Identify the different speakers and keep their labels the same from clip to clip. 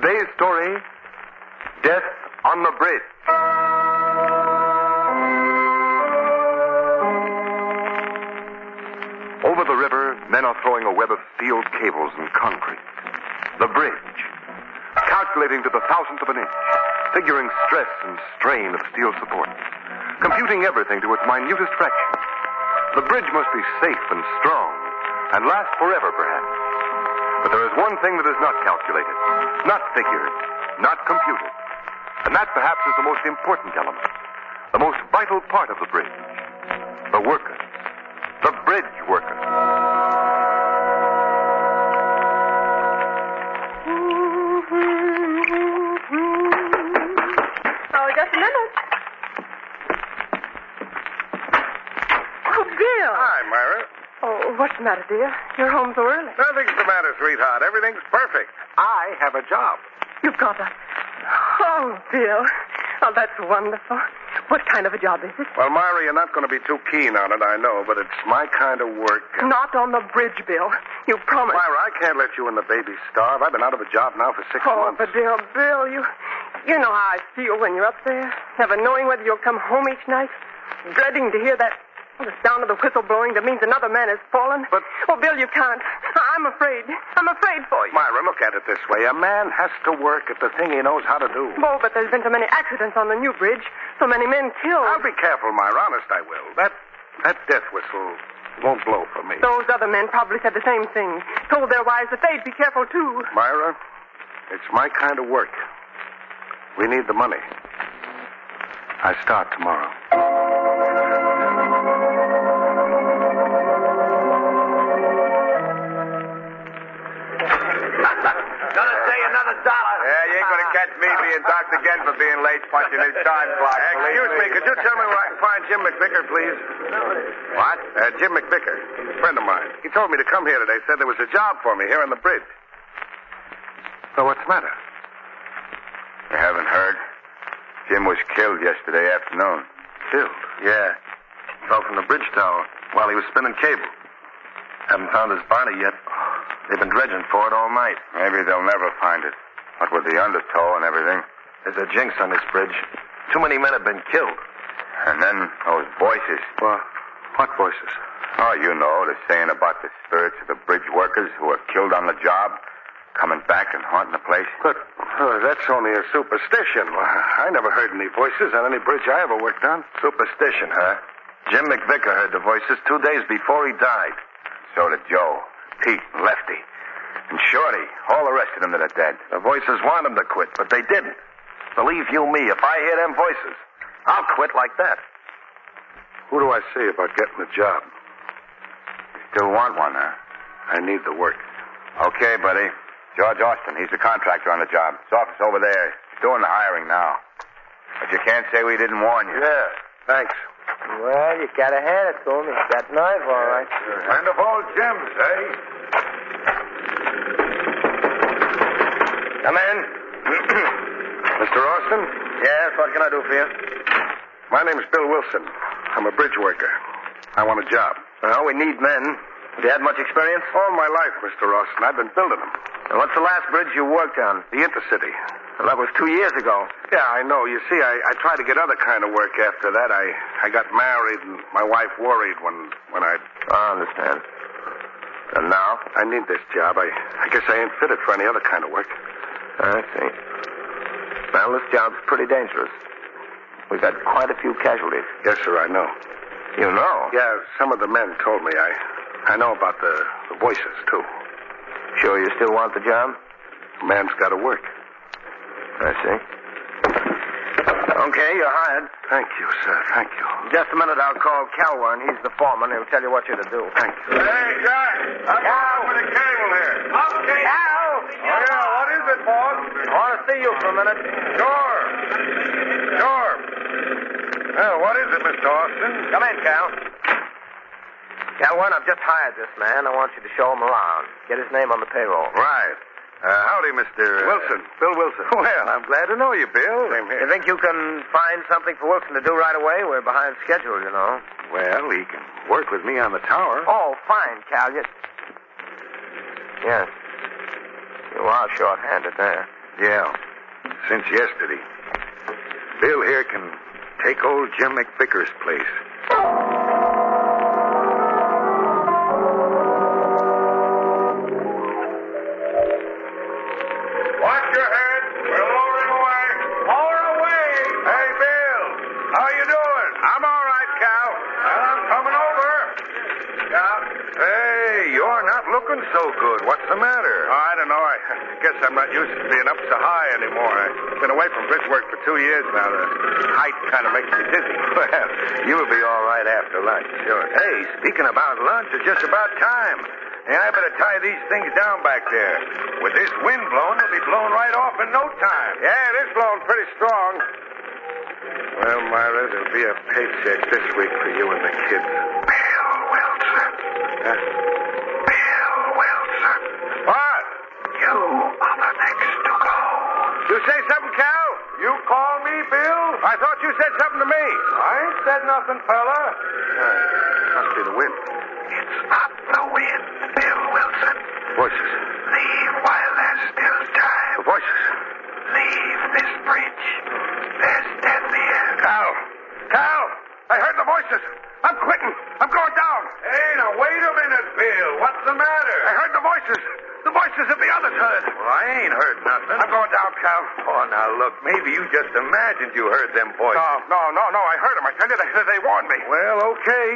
Speaker 1: Today's story Death on the Bridge. Over the river, men are throwing a web of steel cables and concrete. The bridge. Calculating to the thousandth of an inch, figuring stress and strain of steel support, computing everything to its minutest fraction. The bridge must be safe and strong, and last forever, perhaps. But there is one thing that is not calculated, not figured, not computed. And that perhaps is the most important element, the most vital part of the bridge. The worker. The bridge worker.
Speaker 2: Oh, just a minute. Oh, Bill.
Speaker 3: Hi, Myra.
Speaker 2: Oh, what's the matter, dear? You're home so early.
Speaker 3: Nothing's the matter, sweetheart. Everything's perfect. I have a job.
Speaker 2: You've got a. Oh, Bill. Oh, that's wonderful. What kind of a job is it?
Speaker 3: Well, Myra, you're not going to be too keen on it, I know, but it's my kind of work.
Speaker 2: Not on the bridge, Bill. You promised.
Speaker 3: Myra, I can't let you and the baby starve. I've been out of a job now for six
Speaker 2: Oh,
Speaker 3: months.
Speaker 2: but dear Bill, you you know how I feel when you're up there, never knowing whether you'll come home each night, dreading to hear that the sound of the whistle blowing that means another man has fallen.
Speaker 3: But-
Speaker 2: oh, Bill, you can't. I- I'm afraid. I'm afraid for you.
Speaker 3: Myra, look at it this way. A man has to work at the thing he knows how to do.
Speaker 2: Oh, but there's been so many accidents on the new bridge, so many men killed.
Speaker 3: I'll be careful, Myra. Honest, I will. That that death whistle won't blow for me.
Speaker 2: Those other men probably said the same thing. Told their wives that they'd be careful too.
Speaker 3: Myra, it's my kind of work. We need the money. I start tomorrow.
Speaker 4: Gonna say another dollar.
Speaker 5: Yeah, you ain't gonna catch me being docked again for being late punching his time clock.
Speaker 3: Excuse me, could you tell me where I can find Jim McVicker, please? What? Uh, Jim McVicker, a friend of mine. He told me to come here today, said there was a job for me here on the bridge. So what's the matter?
Speaker 5: You haven't heard? Jim was killed yesterday afternoon.
Speaker 3: Killed.
Speaker 5: Yeah. Fell from the bridge tower while he was spinning cable. Haven't found his body yet. They've been dredging for it all night. Maybe they'll never find it. What with the undertow and everything. There's a jinx on this bridge. Too many men have been killed. And then those voices.
Speaker 3: What? What voices?
Speaker 5: Oh, you know, the saying about the spirits of the bridge workers who are killed on the job, coming back and haunting the place.
Speaker 3: But uh, that's only a superstition. I never heard any voices on any bridge I ever worked on.
Speaker 5: Superstition, huh? Jim McVicker heard the voices two days before he died. So did Joe, Pete, and Lefty, and Shorty, all the rest of them that are dead. The voices want them to quit, but they didn't. Believe you me, if I hear them voices, I'll quit like that.
Speaker 3: Who do I see about getting a job?
Speaker 5: Still want one, huh?
Speaker 3: I need the work.
Speaker 5: Okay, buddy. George Austin, he's the contractor on the job. His office over there. He's doing the hiring now. But you can't say we didn't warn you.
Speaker 3: Yeah, thanks.
Speaker 4: Well, you gotta hand it to him. He's got nerve, all right.
Speaker 5: Land of all gems, eh? Come in.
Speaker 3: Mr. Austin?
Speaker 5: yes, what can I do for you?
Speaker 3: My name's Bill Wilson. I'm a bridge worker. I want a job.
Speaker 5: Well, we need men. Have you had much experience?
Speaker 3: All my life, Mr. Austin, I've been building them.
Speaker 5: And What's the last bridge you worked on?
Speaker 3: The intercity.
Speaker 5: Well, that was two years ago.
Speaker 3: Yeah, I know. You see, I, I tried to get other kind of work after that. I, I got married, and my wife worried when, when I...
Speaker 5: I understand. And now?
Speaker 3: I need this job. I, I guess I ain't fitted for any other kind of work.
Speaker 4: I see. Well, this job's pretty dangerous. We've had quite a few casualties.
Speaker 3: Yes, sir, I know.
Speaker 4: You know?
Speaker 3: Yeah, some of the men told me. I, I know about the, the voices, too.
Speaker 4: Sure you still want the job?
Speaker 3: A man's got to work.
Speaker 4: I see. Okay, you're hired.
Speaker 3: Thank you, sir. Thank you.
Speaker 4: Just a minute, I'll call Calwan. He's the foreman. He'll tell you what you're to do.
Speaker 3: Thank you.
Speaker 5: Hey, Jack! I'm out for the cable here.
Speaker 3: Oh,
Speaker 5: Okay. Yeah, what is it, boss?
Speaker 4: I want to see you for a minute.
Speaker 5: Oh, Sure. Sure.
Speaker 3: Well, what is it, Mr. Austin?
Speaker 4: Come in, Cal. Calwan, I've just hired this man. I want you to show him around. Get his name on the payroll.
Speaker 5: Right. Uh, howdy, Mr. uh,
Speaker 3: Wilson. Bill Wilson.
Speaker 5: Well, I'm glad to know you, Bill.
Speaker 3: Same here.
Speaker 4: You think you can find something for Wilson to do right away? We're behind schedule, you know.
Speaker 5: Well, he can work with me on the tower.
Speaker 4: Oh, fine, Cal. You... Yes. You are short-handed there.
Speaker 5: Yeah, since yesterday. Bill here can take old Jim McVicker's place.
Speaker 3: Watch your head. We're lowering away. Lower away. Hey, Bill. How you doing? I'm all right, Cal. Well, I'm coming over. Cal. Hey, you're not looking so good. What's the matter? Oh, I don't know. I guess I'm not used to being up so high anymore. I've been away from bridge work for two years now. The height kind of makes me dizzy.
Speaker 5: Well, you'll be all right after lunch, sure. Hey, speaking about lunch, it's just about time. Hey, I better tie these things down back there. With this wind blowing, they'll be blown right off in no time.
Speaker 3: Yeah, it is blowing pretty strong. Well, Myra, there'll be a paycheck this week for you and the kids. Bill Wilson. Huh? Bill Wilson. What? You are the next to go. You say something, Cal? You call me Bill? I thought you said something to me. I ain't said nothing, fella. must be the wind. It's not the wind, Bill Wilson. Voices. Leave while there's still time. The voices. Leave this bridge. There's death here. Cal! Cal! I heard the voices. I'm quitting. I'm going down. Hey, now wait a minute, Bill. What's the matter? I heard the voices. The voices that the others heard. Well, I ain't heard nothing. I'm going down, Cal.
Speaker 5: Oh, now look, maybe you just imagined you heard them voices.
Speaker 3: No, no, no, no. I heard them. I tell you, they, they warned me.
Speaker 5: Well, okay.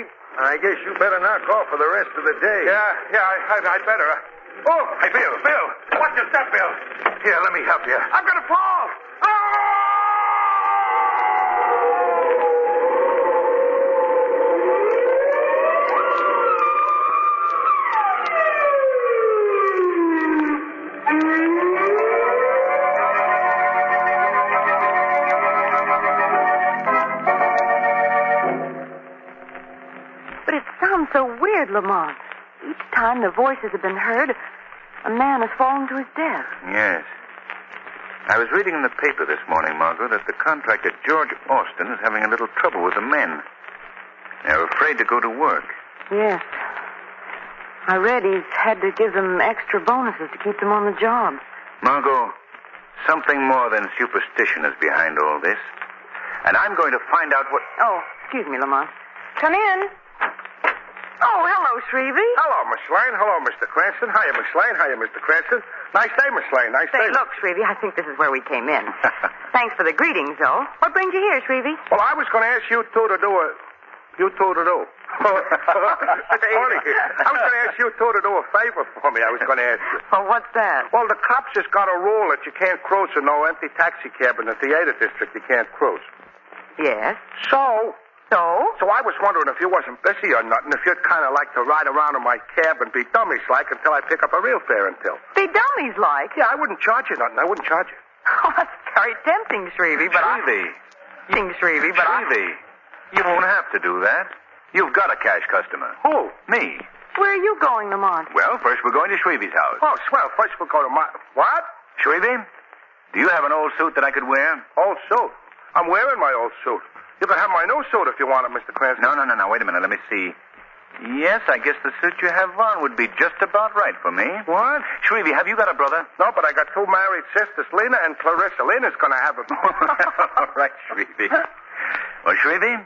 Speaker 5: I guess you better knock off for the rest of the day.
Speaker 3: Yeah, yeah, I, I, I'd better. Uh, oh, hey, Bill, Bill, watch your step, Bill.
Speaker 5: Here, let me help you.
Speaker 3: I'm gonna fall. Ah!
Speaker 6: But it sounds so weird, Lamont. Each time the voices have been heard, a man has fallen to his death.
Speaker 5: Yes. I was reading in the paper this morning, Margot, that the contractor George Austin is having a little trouble with the men. They're afraid to go to work.
Speaker 6: Yes. I read he's had to give them extra bonuses to keep them on the job.
Speaker 5: Margot, something more than superstition is behind all this. And I'm going to find out what.
Speaker 6: Oh, excuse me, Lamont. Come in. Oh, hello, Shrevey.
Speaker 3: Hello, Miss Lane. Hello, Mr. Cranston. Hiya, Miss Lane. Hiya, Mr. Cranston. Nice day, Miss Lane. Nice
Speaker 6: Say,
Speaker 3: day.
Speaker 6: look, Shrevey, I think this is where we came in. Thanks for the greetings, though. What brings you here, Shrevey?
Speaker 3: Well, I was going to ask you two to do a. You two to do. Funny. I was going to ask you two to do a favor for me. I was going to ask you.
Speaker 6: Oh, what's that?
Speaker 3: Well, the cops has got a rule that you can't cruise in no empty taxi cab in the theater district. You can't cruise.
Speaker 6: Yes.
Speaker 3: So,
Speaker 6: So?
Speaker 3: so I was wondering if you wasn't busy or nothing, if you'd kind of like to ride around in my cab and be dummies like until I pick up a real fare until.
Speaker 6: Be dummies like.
Speaker 3: Yeah, I wouldn't charge you nothing. I wouldn't charge you.
Speaker 6: Oh, that's very tempting, Shrevey, but I.
Speaker 5: Shrevey,
Speaker 6: Tempting, Shrevey, but I.
Speaker 5: Shrevey, you won't have to do that. You've got a cash customer.
Speaker 3: Who?
Speaker 5: Me.
Speaker 6: Where are you going, Lamont?
Speaker 5: Well, first we're going to Shrevey's house.
Speaker 3: Oh, swell. First we'll go to my. What?
Speaker 5: Shrevey, do you have an old suit that I could wear?
Speaker 3: Old suit. I'm wearing my old suit. You can have my new suit if you want it, Mr. Clancy.
Speaker 5: No, no, no, no. Wait a minute. Let me see. Yes, I guess the suit you have on would be just about right for me. What? Shrevey, have you got a brother?
Speaker 3: No, but I got two married sisters, Lena and Clarissa. Lena's going to have it.
Speaker 5: All right, Shrevey. Well, Shrevey,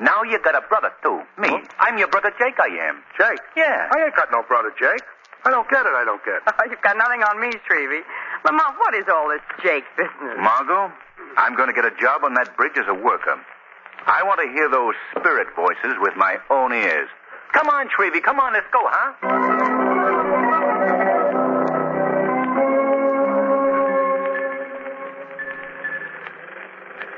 Speaker 5: now you got a brother, too. Me. I'm your brother Jake, I am.
Speaker 3: Jake.
Speaker 5: Yeah.
Speaker 3: I ain't got no brother, Jake. I don't get it. I don't get it.
Speaker 6: Oh, you've got nothing on me, Shrevey. Lamont, what is all this Jake business?
Speaker 5: Margot, I'm going to get a job on that bridge as a worker. I want to hear those spirit voices with my own ears. Come on, Shrevey. Come on, let's go, huh?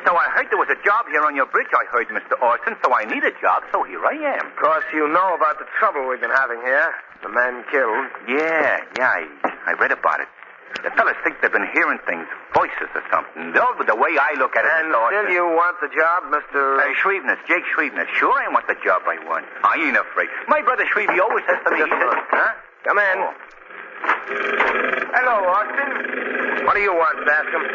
Speaker 5: So I heard there was a job here on your bridge, I heard, Mr. Austin, so I need a job, so here I am.
Speaker 4: Of course, you know about the trouble we've been having here. The man killed.
Speaker 5: Yeah, yeah, I, I read about it. The fellas think they've been hearing things, voices or something. No, but the way I look at it, Mr.
Speaker 4: And
Speaker 5: Austin,
Speaker 4: still you want the job, Mr.
Speaker 5: Hey, Shreveness, Jake Shreveness. Sure, I want the job I want. I ain't afraid. My brother Shrevey always says to me, he says, huh?
Speaker 4: Come in.
Speaker 5: Oh.
Speaker 4: Hello, Austin. What do you want, Bascom?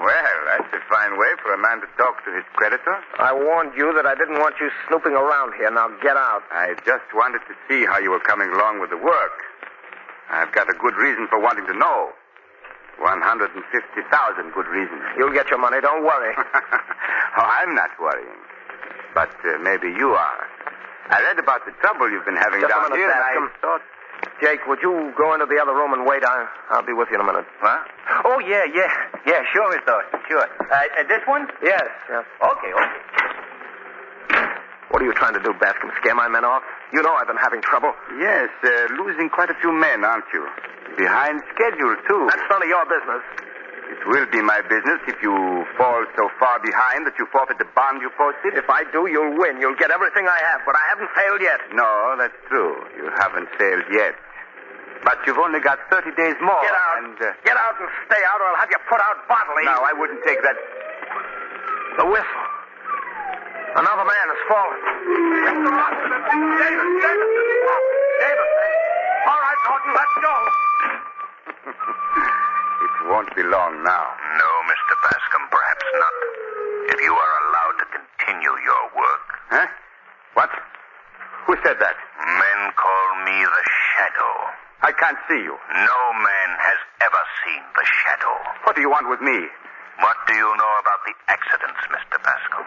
Speaker 5: Well, that's a fine way for a man to talk to his creditor.
Speaker 4: I warned you that I didn't want you snooping around here. Now get out.
Speaker 5: I just wanted to see how you were coming along with the work. I've got a good reason for wanting to know.
Speaker 3: 150,000 good reasons.
Speaker 7: You'll get your money. Don't worry.
Speaker 3: oh, I'm not worrying. But uh, maybe you are. I read about the trouble you've been having
Speaker 7: Just a
Speaker 3: down
Speaker 7: minute,
Speaker 3: here, and I
Speaker 7: Bascom.
Speaker 3: thought...
Speaker 7: Jake, would you go into the other room and wait? I, I'll be with you in a minute.
Speaker 3: What? Oh, yeah, yeah. Yeah, sure, Mr. Austin, sure. Uh, uh, this one?
Speaker 7: Yes, yes.
Speaker 3: Okay, okay.
Speaker 7: What are you trying to do, Bascom? Scare my men off? You know I've been having trouble.
Speaker 3: Yes, uh, losing quite a few men, aren't you? Behind schedule, too.
Speaker 7: That's none of your business.
Speaker 3: It will be my business if you fall so far behind that you forfeit the bond you posted.
Speaker 7: If I do, you'll win. You'll get everything I have, but I haven't failed yet.
Speaker 3: No, that's true. You haven't failed yet. But you've only got 30 days more.
Speaker 7: Get out.
Speaker 3: And, uh,
Speaker 7: Get out and stay out, or I'll have you put out bodily.
Speaker 3: now, I wouldn't take that.
Speaker 7: The whistle. Another man has fallen. Mr. Austin, Davis, Davis, Davis. All right, Norton, let's go.
Speaker 3: It won't be long now.
Speaker 5: No, Mr. Bascom, perhaps not. If you are allowed to continue your work,
Speaker 3: Huh? What? Who said that?
Speaker 5: men call me the Shadow.
Speaker 3: I can't see you.
Speaker 5: No man has ever seen the Shadow.
Speaker 3: What do you want with me?
Speaker 5: What do you know about the accidents, Mr. Bascom?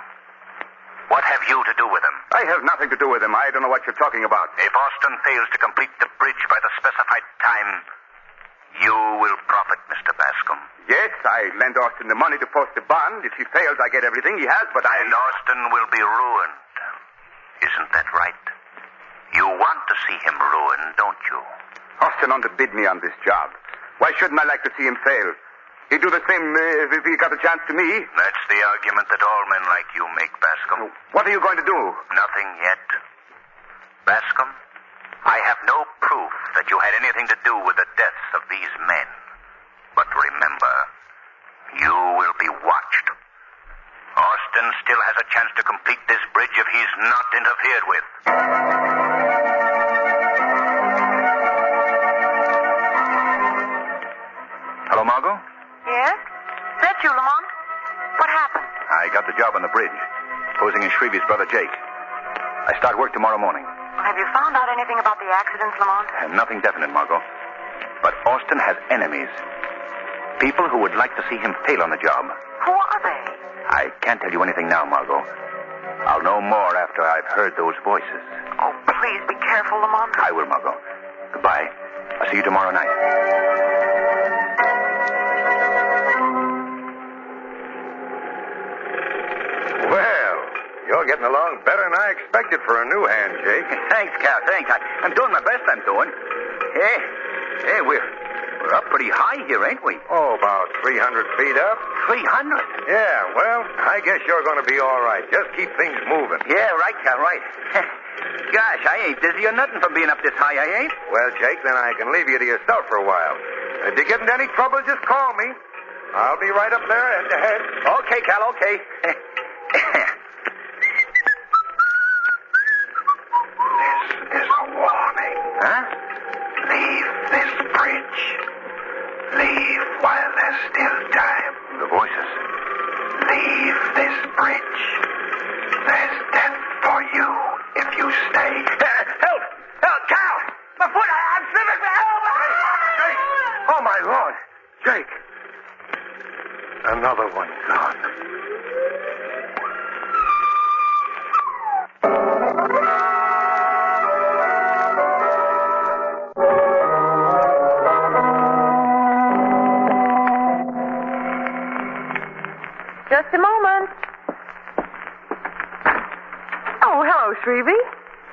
Speaker 5: What have you to do with them?
Speaker 3: I have nothing to do with him. I don't know what you're talking about.
Speaker 5: If Austin fails to complete the bridge by the specified time, you will profit, Mr. Bascom.
Speaker 3: Yes, I lend Austin the money to post the bond. If he fails, I get everything he has, but I.
Speaker 5: And Austin will be ruined. Isn't that right? You want to see him ruined, don't you?
Speaker 3: Austin underbid me on this job. Why shouldn't I like to see him fail? He'd do the same uh, if he got a chance to me.
Speaker 5: That's the argument that all men like you make, Bascom.
Speaker 3: What are you going to do?
Speaker 5: Nothing yet. Bascom, I have no proof that you had anything to do with the deaths of these men. But remember, you will be watched. Austin still has a chance to complete this bridge if he's not interfered with.
Speaker 3: Hello, Margot.
Speaker 8: Yes? Is that you, Lamont? What happened?
Speaker 3: I got the job on the bridge, posing as Shreve's brother Jake. I start work tomorrow morning.
Speaker 8: Well, have you found out anything about the accidents, Lamont?
Speaker 3: And nothing definite, Margot. But Austin has enemies. People who would like to see him fail on the job.
Speaker 8: Who are they?
Speaker 3: I can't tell you anything now, Margot. I'll know more after I've heard those voices.
Speaker 8: Oh, please be careful, Lamont.
Speaker 3: I will, Margot. Goodbye. I'll see you tomorrow night.
Speaker 6: Well, you're getting along better than I expected for a new hand, Jake.
Speaker 3: Thanks, Cal. Thanks. I, am doing my best. I'm doing. Hey, hey, we're we're up pretty high here, ain't we?
Speaker 6: Oh, about 300 feet up.
Speaker 3: Three hundred.
Speaker 6: Yeah, well, I guess you're going to be all right. Just keep things moving.
Speaker 3: Yeah, right, Cal. Right. Gosh, I ain't dizzy or nothing from being up this high. I ain't.
Speaker 6: Well, Jake, then I can leave you to yourself for a while. If you get into any trouble, just call me. I'll be right up there head to head.
Speaker 3: Okay, Cal. Okay.
Speaker 5: This is a warning.
Speaker 3: huh?
Speaker 5: Leave this bridge. Leave while there's still time.
Speaker 3: The voices.
Speaker 5: Leave this bridge. There's death for you if you stay.
Speaker 3: help! Help, Cal! My foot! I, I'm slipping. Help! Jake! Oh my Lord, Jake!
Speaker 6: Another one gone.
Speaker 8: Just a moment. Oh, hello, Shrevey.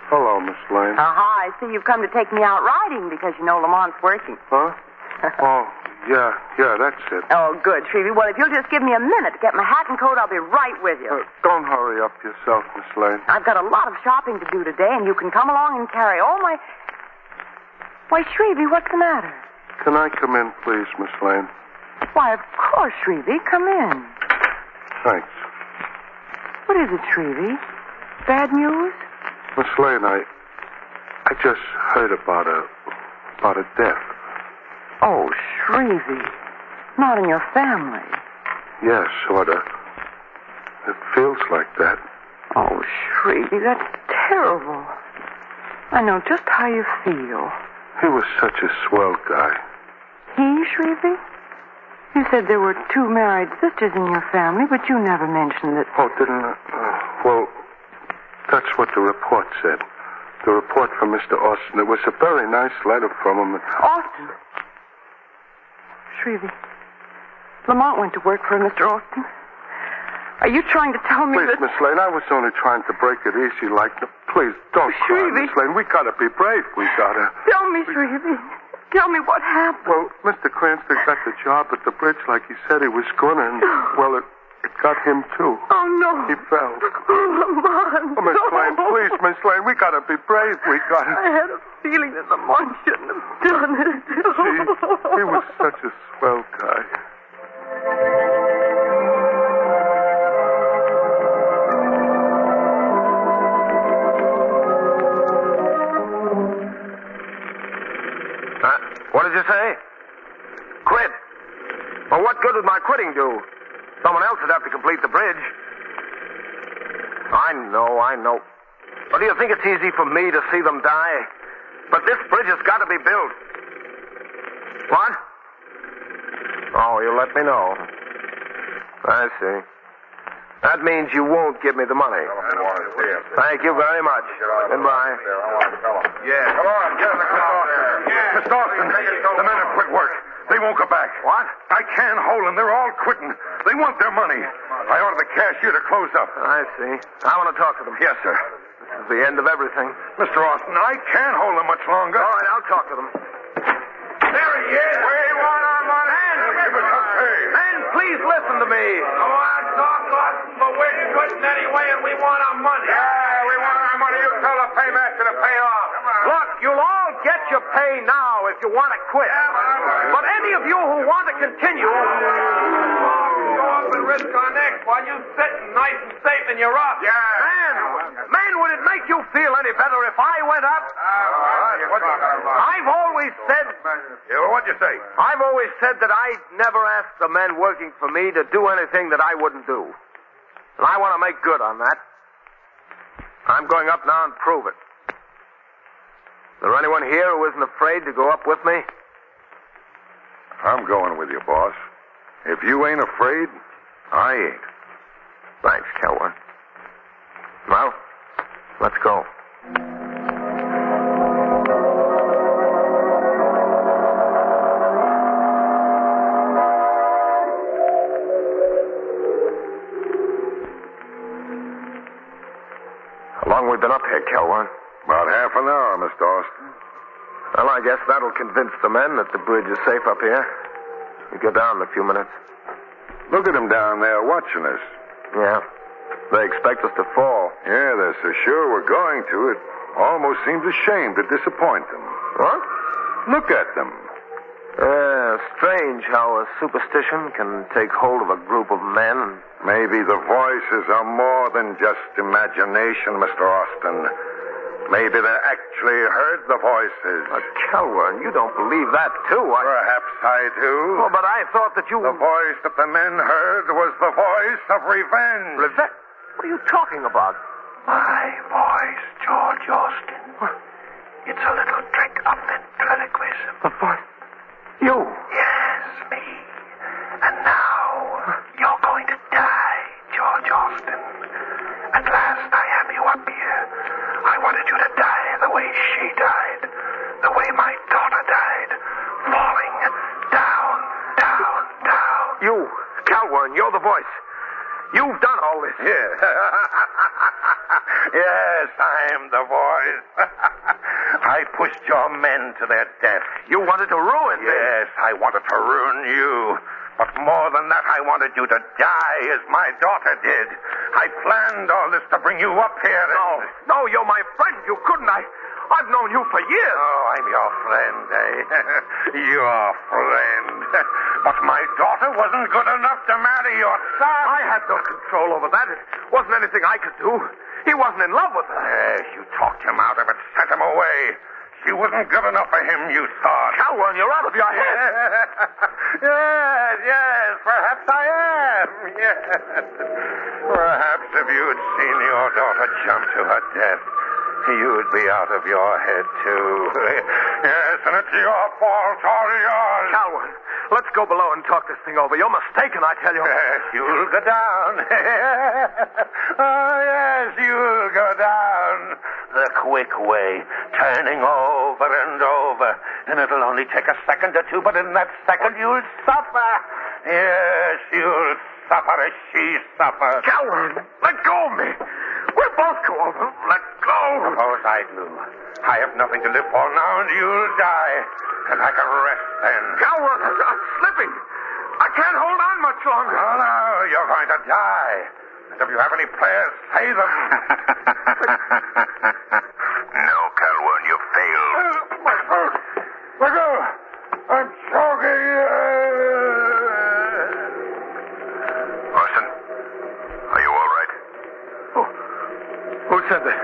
Speaker 6: Hello, Miss Lane.
Speaker 8: Aha, I see you've come to take me out riding because you know Lamont's working.
Speaker 6: Huh? Oh, yeah, yeah, that's it.
Speaker 8: Oh, good, Shrevey. Well, if you'll just give me a minute to get my hat and coat, I'll be right with you.
Speaker 6: Uh, don't hurry up yourself, Miss Lane.
Speaker 8: I've got a lot of shopping to do today, and you can come along and carry all my. Why, Shrevey, what's the matter?
Speaker 6: Can I come in, please, Miss Lane?
Speaker 8: Why, of course, Shrevey. Come in.
Speaker 6: Thanks.
Speaker 8: What is it, Shrevey? Bad news?
Speaker 6: Miss Lane, I, I just heard about a, about a death.
Speaker 8: Oh, Shrevey. Not in your family.
Speaker 6: Yeah, sort of. It feels like that.
Speaker 8: Oh, Shrevey, that's terrible. I know just how you feel.
Speaker 6: He was such a swell guy.
Speaker 8: He, Shrevey?
Speaker 6: You said there were two married sisters in your family, but you never mentioned that.
Speaker 2: Oh, didn't I? Uh, well, that's what the report said. The report from Mr. Austin. It was a very nice letter from him.
Speaker 6: Austin. Shrevey. Lamont went to work for Mr. Austin. Are you trying to tell me
Speaker 2: Please,
Speaker 6: that.
Speaker 2: Miss Lane, I was only trying to break it easy like. Please, don't
Speaker 6: Shrevey.
Speaker 2: cry, Miss Lane. We gotta be brave. We gotta.
Speaker 6: Tell me, Shrevey. Tell me what happened.
Speaker 2: uh, Well, Mr. Cranston got the job at the bridge like he said he was gonna, and, well, it, it got him too.
Speaker 6: Oh, no.
Speaker 2: He fell.
Speaker 6: Oh, Lamont.
Speaker 2: Oh, Miss
Speaker 6: no.
Speaker 2: Lane, please, Miss Lane, we gotta be brave. We gotta.
Speaker 6: I had a feeling that Lamont shouldn't have done it.
Speaker 2: He, he was such a swell guy.
Speaker 4: Huh? What did you say? Quit. Well, what good would my quitting do? Someone else would have to complete the bridge. I know, I know. But do you think it's easy for me to see them die? But this bridge has got to be built. What? Oh, you let me know. I see. That means you won't give me the money. Thank you very much. Goodbye.
Speaker 3: Yeah. Come on, get him out there. Yeah. Mr. Austin, the men have quit work. They won't go back.
Speaker 4: What?
Speaker 3: I can't hold them. They're all quitting. They want their money. I ordered the cashier to close up.
Speaker 4: I see. I want to talk to them.
Speaker 3: Yes, sir.
Speaker 4: This is the end of everything.
Speaker 3: Mr. Austin, I can't hold them much longer.
Speaker 4: All right, I'll talk to them. There he is.
Speaker 3: We want our money.
Speaker 4: Man,
Speaker 3: We give it up. Hey.
Speaker 4: man, please listen to me.
Speaker 9: Oh, our dog lost, but we're quitting anyway, and we want our money.
Speaker 3: Yeah, we want our money. You tell the paymaster to pay off. Come on.
Speaker 4: Look, you'll all get your pay now if you want to quit. But any of you who want to continue,
Speaker 9: Go up and risk our necks while you sitting nice and safe in your office.
Speaker 3: Yeah.
Speaker 4: man, man, would it make you feel any better if I went up?
Speaker 3: What you talking about?
Speaker 4: I've always said
Speaker 3: Yeah, what'd you say?
Speaker 4: I've always said that I never asked the men working for me to do anything that I wouldn't do. And I want to make good on that. I'm going up now and prove it. Is there anyone here who isn't afraid to go up with me?
Speaker 3: I'm going with you, boss. If you ain't afraid, I ain't.
Speaker 4: Thanks, Kelwyn. Well, let's go. How long we been up here, Kelwyn?
Speaker 3: About half an hour, Mr. Austin.
Speaker 4: Well, I guess that'll convince the men that the bridge is safe up here. We go down in a few minutes.
Speaker 3: Look at 'em down there watching us.
Speaker 4: Yeah. They expect us to fall.
Speaker 3: Yeah, they're so sure we're going to. It almost seems a shame to disappoint them.
Speaker 4: What?
Speaker 3: Look at them.
Speaker 4: Yeah, Uh, strange how a superstition can take hold of a group of men. And...
Speaker 3: Maybe the voices are more than just imagination, Mr. Austin. Maybe they actually heard the voices.
Speaker 4: But Kelwyn, you don't believe that, too. I...
Speaker 3: Perhaps I do.
Speaker 4: Oh, but I thought that you...
Speaker 3: The voice that the men heard was the voice of revenge.
Speaker 4: Revenge? What are you talking about?
Speaker 5: My voice, George Austin. It's a little trick of ventriloquism.
Speaker 4: The voice. You.
Speaker 5: Yes, me. And now you're going to die, George Austin. At last I have you up here. I wanted you to die the way she died, the way my daughter died, falling down, down, down.
Speaker 4: You. Kelwyn, you're the voice. You've done all this.
Speaker 3: Yes. yes, I am the voice. I pushed your men to their death.
Speaker 4: You wanted to ruin this.
Speaker 3: Yes, I wanted to ruin you. But more than that, I wanted you to die as my daughter did. I planned all this to bring you up here.
Speaker 4: No, no, you're my friend. You couldn't. I, I've known you for years.
Speaker 3: Oh, I'm your friend, eh? your friend. but my daughter wasn't good enough to marry your son.
Speaker 4: I had no control over that. It wasn't anything I could do. He wasn't in love with her.
Speaker 3: Yes, you talked him out of it, sent him away. She wasn't good enough for him, you thought.
Speaker 4: Calwyn, you're out of your head.
Speaker 3: yes, yes, perhaps I am. Yes. Perhaps if you'd seen your daughter jump to her death,
Speaker 5: You'd be out of your head, too. yes, and it's your fault, all yours.
Speaker 4: Calwin, let's go below and talk this thing over. You're mistaken, I tell you.
Speaker 5: Yes, you'll go down. oh, yes, you'll go down. The quick way, turning over and over. And it'll only take a second or two, but in that second you'll suffer. Yes, you'll suffer as she suffers.
Speaker 4: Calwin, let go of me. We'll both go over. Let go.
Speaker 5: Suppose I do. I have nothing to live for now, and you'll die. And I can rest then.
Speaker 4: Calwin, I'm slipping. I can't hold on much longer.
Speaker 5: Oh, no, you're going to die. And if you have any prayers, say them.
Speaker 10: No, Calwin, you failed.
Speaker 5: My throat! My throat! I'm uh, choking!
Speaker 10: Orson, are you all right?
Speaker 4: Who, who said that?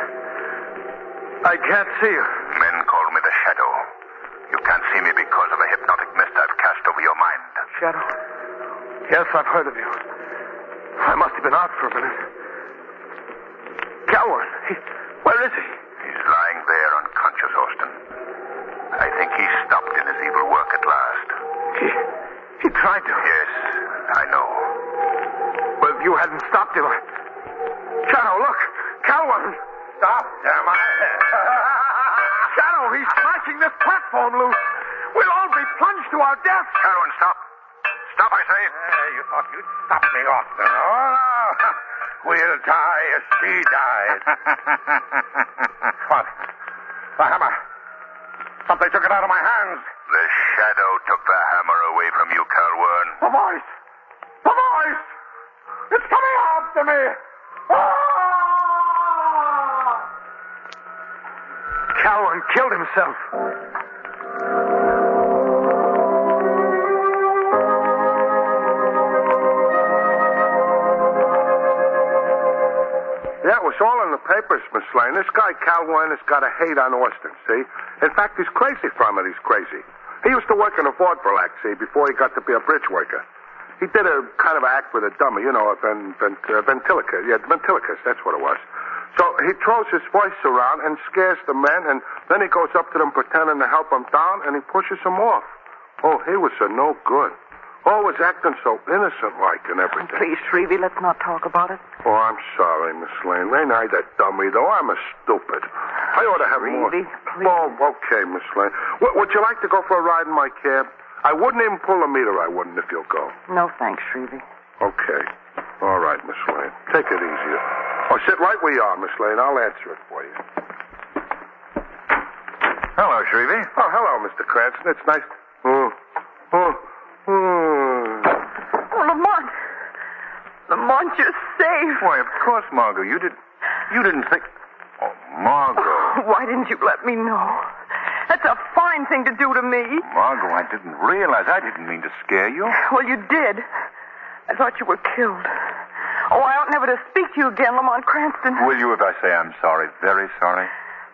Speaker 4: I can't see you.
Speaker 10: Men call me the Shadow. You can't see me because of a hypnotic mist I've cast over your mind.
Speaker 4: Shadow? Yes, I've heard of you. I must have been out for a minute. Cowan, he, where is he?
Speaker 10: He's lying there unconscious, Austin. I think he's stopped in his evil work at last.
Speaker 4: He, he tried to.
Speaker 10: Yes, I know.
Speaker 4: Well, if you hadn't stopped him, I... Shadow, look! Cowan!
Speaker 5: Stop, damn
Speaker 4: Shadow, he's smashing this platform loose! We'll all be plunged to our death!
Speaker 10: Calwin, stop. Stop, I say.
Speaker 5: Hey, Uh, you thought you'd stop me, Austin. Oh, no. We'll die as she dies. what? The hammer. Thought they took it out of my hands.
Speaker 10: The Shadow took the hammer away from you, Calwin.
Speaker 5: The voice! The voice! It's coming after me! Ah!
Speaker 4: Calwin killed himself.
Speaker 3: Yeah, it was all in the papers, Miss Lane. This guy, Calwyn, has got a hate on Austin, see? In fact, he's crazy from it. He's crazy. He used to work in a Ford Verlac, see, before he got to be a bridge worker. He did a kind of act with a dummy, you know, a ven, ven, uh, ventriloquist. Yeah, ventriloquist, that's what it was. So he throws his voice around and scares the men, and then he goes up to them pretending to help them down, and he pushes them off. Oh, he was a no good. Always acting so innocent like and everything.
Speaker 6: Please, Shrevey, let's not talk about it.
Speaker 3: Oh, I'm sorry, Miss Lane. Ain't I the dummy, though? Oh, I'm a stupid. I ought to have more.
Speaker 6: Reedy, please.
Speaker 3: Oh, okay, Miss Lane. W- would you like to go for a ride in my cab? I wouldn't even pull a meter, I wouldn't, if you'll go.
Speaker 6: No thanks, Shrevey.
Speaker 3: Okay. All right, Miss Lane. Take it easier. Oh, sit right where you are, Miss Lane. I'll answer it for you.
Speaker 5: Hello, Shrevey.
Speaker 3: Oh, hello, Mr. Cranston. It's nice. Oh, oh, oh.
Speaker 6: Oh, Lamont. Lamont, you're safe.
Speaker 5: Why, of course, Margot. You did. You didn't think. Oh, Margot.
Speaker 6: Why didn't you let me know? That's a fine thing to do to me.
Speaker 5: Margot, I didn't realize. I didn't mean to scare you.
Speaker 6: Well, you did. I thought you were killed. Oh, I ought never to speak to you again, Lamont Cranston.
Speaker 5: Will you if I say I'm sorry? Very sorry.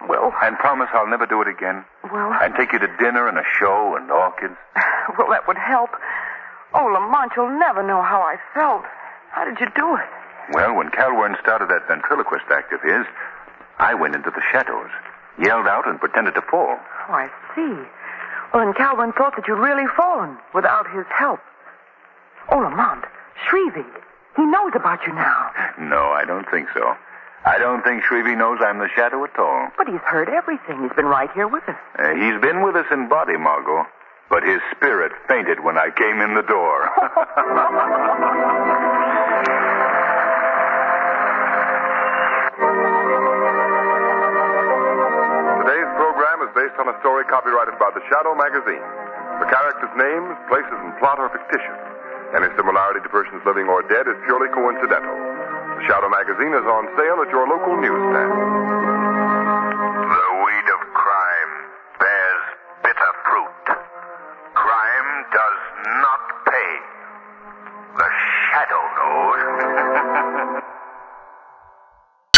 Speaker 6: Well,
Speaker 5: And promise I'll never do it again.
Speaker 6: well,
Speaker 5: And take you to dinner and a show and orchids.
Speaker 6: well, that would help. Oh, Lamont, you'll never know how I felt. How did you do it?
Speaker 5: Well, when Calwern started that ventriloquist act of his, I went into the shadows, yelled out, and pretended to fall.
Speaker 6: Oh, I see. Well, and Calvin thought that you'd really fallen without his help. Oh, Lamont, Shrevey, he knows about you now.
Speaker 5: No, I don't think so. I don't think Shrevey knows I'm the shadow at all.
Speaker 6: But he's heard everything. He's been right here with us.
Speaker 5: Uh, he's been with us in body, Margot, but his spirit fainted when I came in the door.
Speaker 3: Today's program is based on a story copyrighted by The Shadow magazine. The characters' names, places, and plot are fictitious. Any similarity to persons living or dead is purely coincidental. The Shadow magazine is on sale at your local newsstand.
Speaker 10: The weed of crime bears bitter fruit. Crime does not pay. The shadow knows.